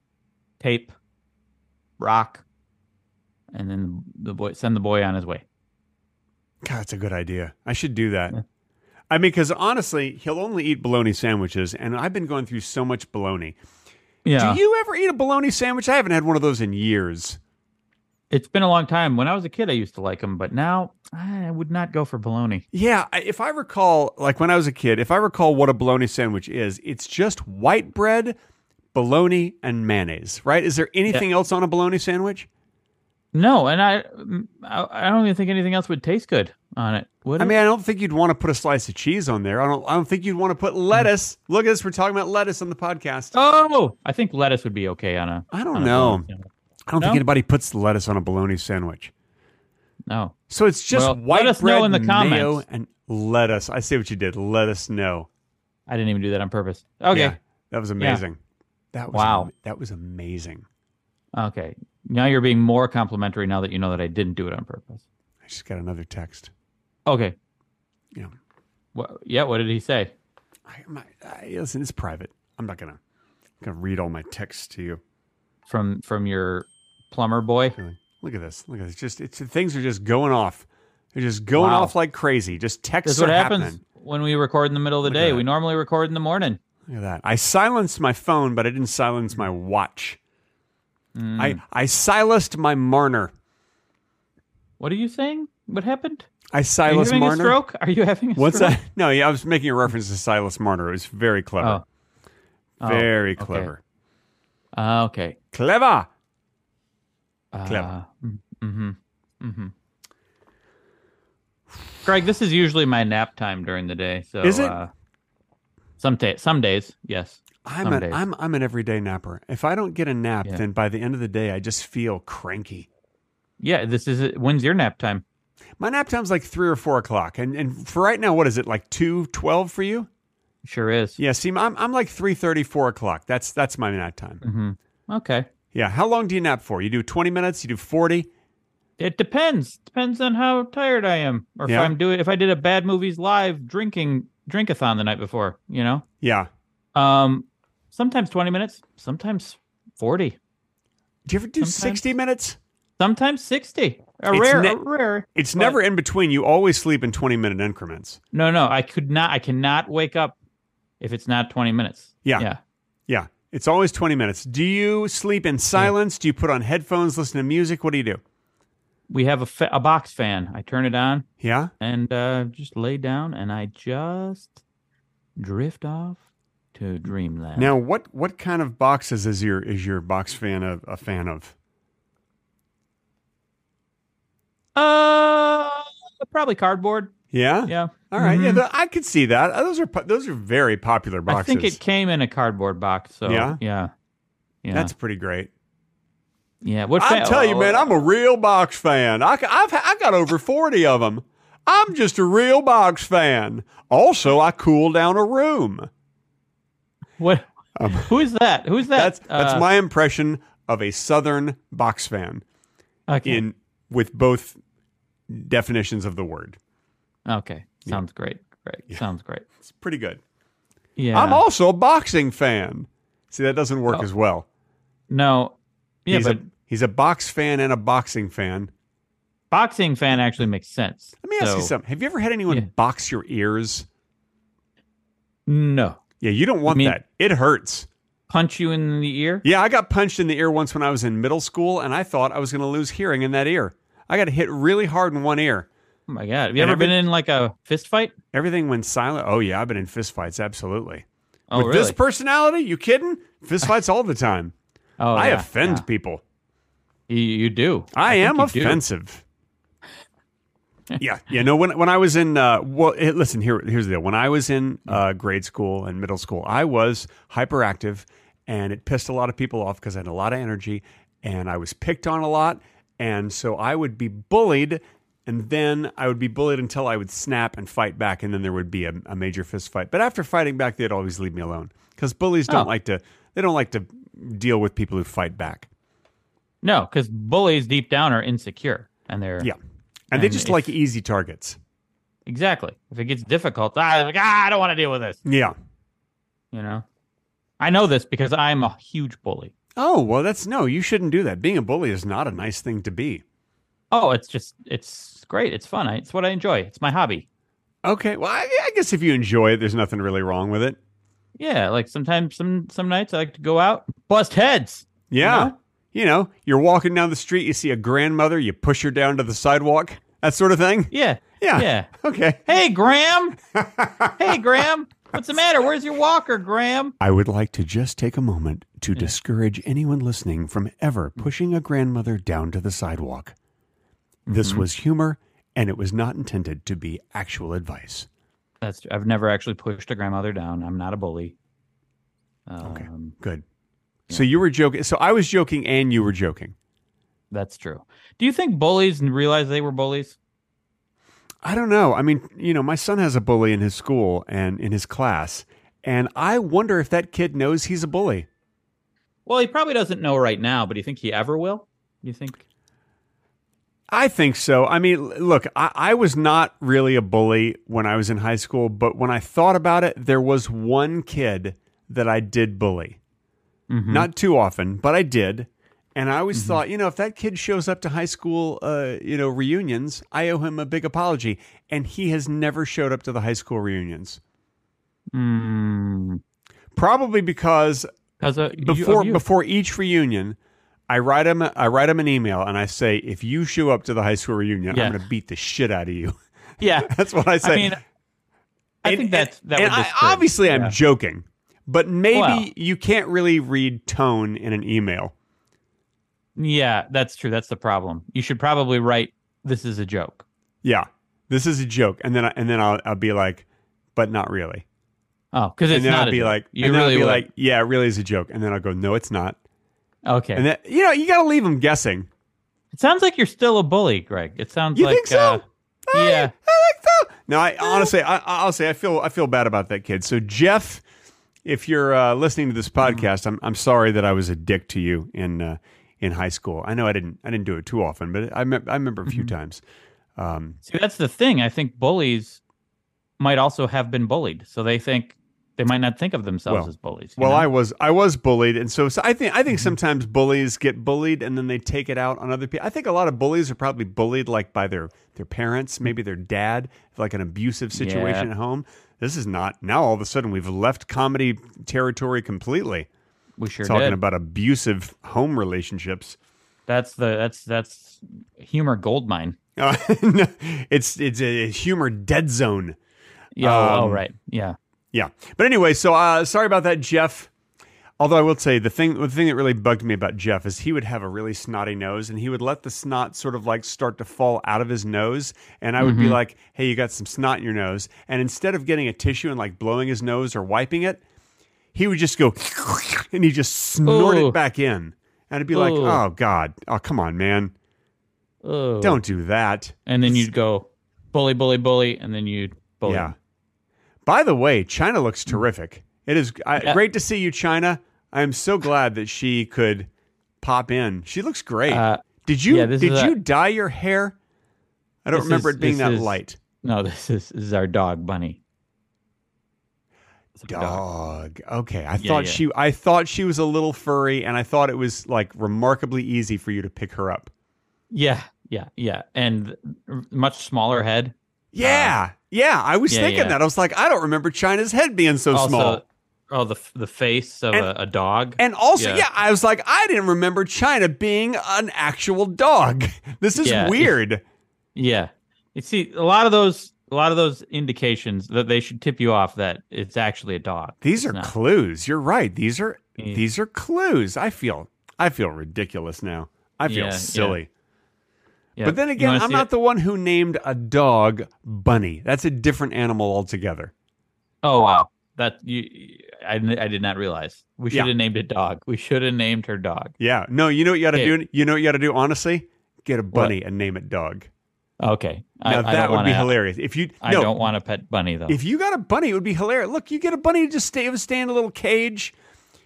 tape rock and then the boy send the boy on his way.
God, that's a good idea. I should do that. I mean, because honestly, he'll only eat bologna sandwiches, and I've been going through so much bologna.
Yeah.
Do you ever eat a bologna sandwich? I haven't had one of those in years.
it's been a long time. When I was a kid I used to like them, but now I would not go for bologna.
Yeah, I- if I recall, like when I was a kid, if I recall what a bologna sandwich is, it's just white bread, bologna, and mayonnaise, right? Is there anything else on a bologna sandwich?
No, and I, mm, I, I don't even think anything else would taste good on it. Would
I
it?
mean, I don't think you'd want to put a slice of cheese on there. I don't. I don't think you'd want to put lettuce. Look at this. We're talking about lettuce on the podcast.
Mm-hmm. oh, I think lettuce would be okay on a.
I don't
on a
know.
bologna sandwich.
I don't think
No?
anybody puts lettuce on a bologna sandwich.
No,
So it's just
Well, let
white
us know
bread,
in the
mayo,
comments.
and lettuce. I see what you did. Let us know.
I didn't even do that on purpose. Okay,
Yeah, that was amazing. That was
Wow.
That was amazing.
okay. Now you're being more complimentary now that you know that I didn't do it on purpose.
I just got another text.
Okay.
Yeah.
What, yeah. What did he say?
I, my, I, listen, it's private. I'm not gonna I'm gonna read all my texts to you.
From from your plumber boy.
Really. Look at this. Look at this. Just it's things are just going off. They're just going
Wow.
off like crazy. Just texts
This is what
are
happens
happening.
when we record in the middle of the
Look at
day.
that.
We normally record in the morning.
Look at that. I silenced my phone, but I didn't silence my watch.
Hmm.
I I silenced my Marner.
What are you saying? What happened?
I
Are you
silenced
having a
Marner.
stroke? Are you having a
What's
stroke?
that? No, yeah, I was making a reference to Silas Marner. It was very clever.
Oh.
very
okay.
clever.
Uh, okay.
Clever.
Uh,
Clever.
mm-hmm. Mm-hmm. Greg, this is usually my nap time during the day. So
Is it?
Uh, some day, some days, yes.
I'm
Some
an
days.
I'm I'm an everyday napper. If I don't get a nap,
Yeah.
then by the end of the day I just feel cranky.
Yeah, this is when's your nap time?
My nap time's like three or four o'clock, and and for right now, what is it like two twelve for you?
Sure is.
Yeah, see, I'm I'm like three thirty, four o'clock. That's that's my nap time.
Mm-hmm. Okay.
Yeah, how long do you nap for? You do twenty minutes? You do forty?
It depends. Depends on how tired I am, or
Yeah.
if I'm doing if I did a bad movies live drinking drinkathon the night before. You know,
Yeah.
um, sometimes twenty minutes, sometimes forty,
Do you ever do
Sometimes.
sixty minutes?
sometimes sixty. A
It's
rare,
ne-
a rare.
It's
But-
never in between. You always sleep in twenty minute increments.
No, no, I could not. I cannot wake up if it's not twenty minutes.
Yeah.
yeah.
Yeah, it's always twenty minutes. Do you sleep in silence? Do you put on headphones, listen to music? What do you do?
We have a, fa- a box fan. I turn it on
Yeah.
and uh, just lay down, and I just drift off to dreamland.
Now, what what kind of boxes is your is your box fan a, a fan of?
uh, probably cardboard.
Yeah.
Yeah,
All right. Yeah,
Mhm.
th- I could see that. Uh, Those are po- those are very popular
I
boxes.
think it came in a cardboard box. So
Yeah?
yeah, yeah, yeah.
That's pretty great.
yeah. What
I
fa-
tell you, man, I'm a real box fan. I, have I got over forty of them. I'm just a real box fan. Also, I cool down a room.
what?
Um,
who is that? Who is that?
That's that's
Uh,
my impression of a Southern box fan
Okay.
in with both definitions of the word.
Okay. Sounds great. Great. Sounds great.
It's pretty good.
Yeah.
I'm also a boxing fan. See, that doesn't work as well.
no. Yeah,
he's,
but
a, he's a box fan and a boxing fan.
boxing fan actually makes sense.
Let me ask you
So,
something. Have you ever had anyone
Yeah.
box your ears?
No.
Yeah, you don't want
mean-
that. It hurts.
Punch you in the ear?
Yeah, I got punched in the ear once when I was in middle school, and I thought I was going to lose hearing in that ear. I got hit really hard in one ear.
Oh my god. Have you
And
ever
every-
been in like a fist fight?
Everything went silent. Oh, yeah, I've been in fistfights, absolutely.
Oh
With
really?
this personality, you kidding? Fistfights all the time.
oh,
I
yeah,
offend
yeah.
people.
You, you do.
I,
think
am
you do.
offensive. yeah, yeah. No, when when I was in uh, well, eh, listen here. Here's the deal. When I was in uh, grade school and middle school, I was hyperactive, and it pissed a lot of people off because I had a lot of energy, and I was picked on a lot, and so I would be bullied. And then I would be bullied until I would snap and fight back, and then there would be a, a major fist fight. But after fighting back, they'd always leave me alone because bullies don't
Oh.
like to they don't like to deal with people who fight back.
No, because bullies deep down are insecure, and they're
Yeah. And, they
And
just
if-
like easy targets.
exactly. If it gets difficult, ah, they're like, ah, I don't want to deal with this.
Yeah.
You know, I know this because I'm a huge bully.
Oh, well, that's no, you shouldn't do that. Being a bully is not a nice thing to be.
Oh, it's just it's great. It's fun. I, it's what I enjoy. It's my hobby.
Okay. Well, I, I guess if you enjoy it, there's nothing really wrong with it.
Yeah, like sometimes some some nights I like to go out bust heads.
Yeah.
You know?
You know, you're walking down the street, you see a grandmother, you push her down to the sidewalk, that sort of thing.
Yeah,
Yeah.
yeah.
Okay.
Hey, Graham. hey, Graham. What's the matter? Where's your walker, Graham?
I would like to just take a moment to discourage anyone listening from ever pushing a grandmother down to the sidewalk. This was humor, and it was not intended to be actual advice.
That's I've never actually pushed a grandmother down. I'm not a bully. Um,
Okay. Good. So you were joking. So I was joking, and you were joking.
That's true. Do you think bullies realize they were bullies?
I don't know. I mean, you know, my son has a bully in his school and in his class, and I wonder if that kid knows he's a bully.
Well, he probably doesn't know right now, but do you think he ever will? You think?
I think so. I mean, l- look, I, I was not really a bully when I was in high school, but when I thought about it, there was one kid that I did bully.
Mm-hmm.
Not too often, but I did. And I always thought, you know, if that kid shows up to high school, uh, you know, reunions, I owe him a big apology. And he has never showed up to the high school reunions.
Mm,
Probably because
Cause uh,
before
you, of you.
before each reunion, I write him a- I write him an email and I say, if you show up to the high school reunion,
Yeah.
I'm going to beat the shit out of you.
yeah.
That's what I say.
I mean, I
And-
think that's that.
and
would
I-
discourage-
obviously I'm
yeah.
joking, but maybe
Well.
you can't really read tone in an email.
Yeah, that's true. That's the problem. You should probably write. This is a joke.
Yeah, this is a joke, and then I, and then I'll, I'll be like, but not really.
Oh, because it's
and then
not
I'll
a
be
joke.
like,
you
and then
really
I'll be
would.
like, yeah, it really is a joke, and then I'll go, no, it's not.
okay.
And then you know you got to leave them guessing.
it sounds like you're still a bully, Greg. It sounds
You
like
think so?
uh, yeah.
I think so. No, I honestly, I, I'll say I feel I feel bad about that kid. So Jeff, if you're uh, listening to this
Mm-hmm.
podcast, I'm I'm sorry that I was a dick to you in uh, in high school. I know I didn't I didn't do it too often, but I me- I remember a few
Mm-hmm.
times. Um,
See, that's the thing. I think bullies might also have been bullied, so they think they might not think of themselves
Well-
as bullies. you
well,
know? Mm-hmm.
I was I was bullied, and so, so I think I think sometimes bullies get bullied, and then they take it out on other people. I think a lot of bullies are probably bullied like by their their parents, maybe their dad, like an abusive situation
Mm-hmm. Yeah.
at home. This is not now. All of a sudden, we've left comedy territory completely.
we sure
talking
did.
about abusive home relationships.
that's the that's that's humor goldmine.
Uh, no, it's it's a humor dead zone.
Yeah. oh, oh,
Um,
right. Yeah.
Yeah, but anyway, so uh, sorry about that, Jeff. Although I will say the thing the thing that really bugged me about Jeff is he would have a really snotty nose and he would let the snot sort of like start to fall out of his nose and I would
Mm-hmm.
be like, "Hey, you got some snot in your nose." And instead of getting a tissue and like blowing his nose or wiping it, he would just go and he just snort
Ooh.
it back in. And I'd be like,
Ooh.
"Oh god. Oh, come on, man.
Oh.
Don't do that."
And then you'd go bully, bully, bully, and then you'd bully.
Yeah. By the way, China looks terrific. It is I,
Mm. Yeah.
great to see you, China. I am so glad that she could pop in. She looks great.
Uh,
did you
yeah, this
did
is a-
you dye your hair? I don't
This
remember
is-
it being
this
that
is-
light.
No, this is, this is our dog, Bunny. It's our
Dog. Okay. I
Yeah,
thought
yeah.
she I thought she was a little furry and I thought it was like remarkably easy for you to pick her
Ah.
up.
Yeah, yeah, yeah, and r- much smaller head.
Yeah. yeah. I was
yeah,
thinking
yeah.
that. I was like, I don't remember China's head being so
also,
small.
oh, the f- the face of
And-
a, a dog.
And also, yeah.
Yeah.
I was like, I didn't remember China being an actual dog. This is
Yeah.
weird.
yeah, you see a lot of those a lot of those indications that they should tip you off that it's actually a dog.
These
It's
are
not.
clues. You're right. These are
Yeah.
these are clues. I feel I feel ridiculous now. I feel
Yeah, yeah.
silly.
Yeah.
But then
You
again,
wanna
I'm
see
not
it?
the one who named a dog Bunny. That's a different animal altogether.
Oh wow, that you, I, n- I did not realize. We should
Yeah.
have named it dog. We should have named her dog.
Yeah. No, you know what you got to
Okay.
do? You know what you got to do, honestly? Get a bunny and name it dog.
Okay,
Now,
I, I
that
don't
would be
wanna-
hilarious. If you,
I
no,
don't want a pet bunny though.
if you got a bunny, it would be hilarious. Look, you get a bunny, you just stay, it would stay in a little cage.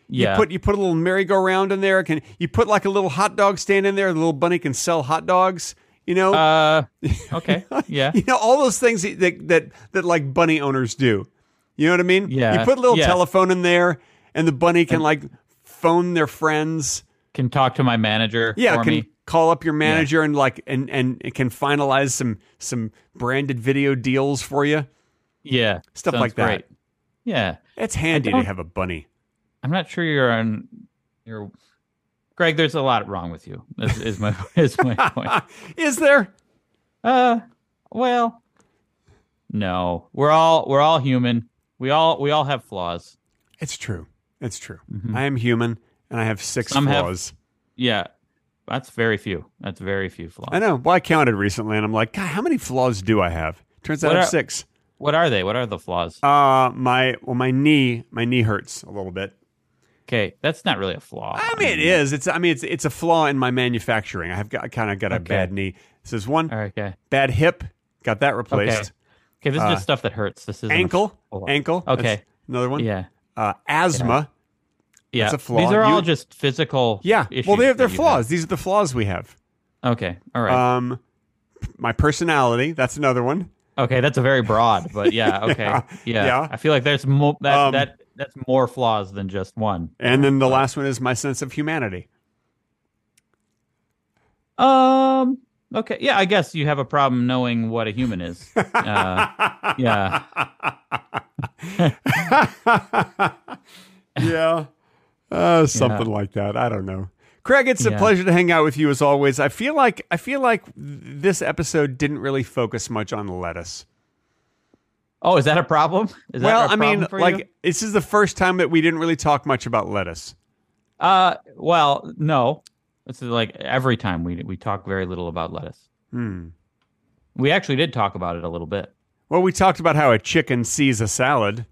yeah,
You put you put a little merry-go-round in there. It Can you put like a little hot dog stand in there? The little bunny can sell hot dogs. You know,
uh, okay, yeah.
you know all those things that, that that that like bunny owners do. You know what I mean?
Yeah,
You put a little
yeah.
telephone in there, and the bunny can like phone their friends.
Can talk to my manager
Yeah,
for
can
me.
call up your manager and like and and it can finalize some some branded video deals for you.
Yeah,
Stuff
sounds
like that.
great. Yeah,
It's handy to
don't-
have a bunny.
I'm not sure you're on. You're, Greg. There's a lot wrong with you. Is, is my is my point.
Is there?
Uh, well, no. We're all we're all human. We all we all have flaws.
It's true. It's true.
Mhm.
I am human, and I have six
Some have-
flaws.
Yeah, that's very few. That's very few flaws.
I know. Well, I counted recently, and I'm like, God, how many flaws do I have? Turns out
What
I have
are-
six.
What are they? What are the flaws?
Uh, my well, my knee, my knee hurts a little bit.
Okay, that's not really a flaw.
I mean, it is. It's. I mean, it's. It's a flaw in my manufacturing. I have got kind of got a
Okay.
bad knee. This is one
All right, okay.
bad hip. Got that replaced.
Okay, this is
Uh,
just stuff that hurts. This is
Ankle. Ankle. that's
Okay.
another one.
Yeah.
Uh, asthma.
Yeah.
That's a flaw.
These are all
You-
just physical.
Yeah.
Issues
Well, they're
that
they're
you
flaws. These are the flaws we have.
have. Okay. All right.
Um, my personality. That's another one.
okay. That's a very broad, but yeah. Okay.
Yeah,
yeah,
yeah.
I feel like there's more that,
Um,
that that's more flaws than just one.
And then the
Uh-huh.
last one is my sense of humanity.
Um. Okay. Yeah. I guess you have a problem knowing what a human is. Uh, yeah.
yeah. Uh, something like that. I don't know. Craig, it's a
Yeah.
pleasure to hang out with you as always. I feel like I feel like th- this episode didn't really focus much on lettuce.
Oh, is that a problem? Is
well,
that
I
a problem
mean,
for you?
like this is the first time that we didn't really talk much about lettuce.
uh, well, no. It's like every time we we talk very little about lettuce.
Hmm.
We actually did talk about it a little bit,
Well, we talked about how a chicken sees a salad.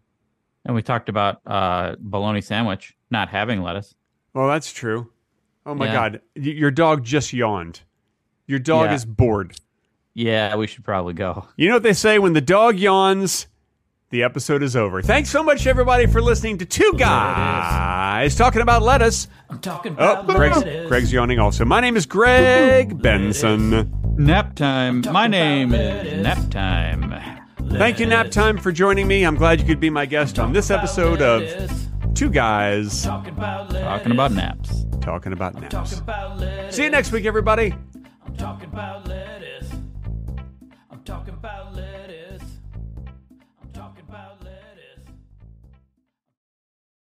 and we talked about uh bologna sandwich not having lettuce.
Well, that's true. Oh my
Yeah.
god, Y- your dog just yawned. Your dog
Yeah.
is bored.
Yeah, we should probably go.
You know what they say when the dog yawns, the episode is over. Thanks so much, everybody, for listening to Two Guys talking about lettuce.
I'm talking
Oh,
about
Greg's,
lettuce.
Greg's yawning also. My name is Greg Benson.
Nap time. My
talking
name
about
is
lettuce.
Nap time.
Thank you, Naptime, for joining me. I'm glad you could be my guest on this episode of
Lettuce.
Two Guys
talking about lettuce.
Talking about naps.
talking about
talking
naps.
about lettuce.
See you next week, everybody.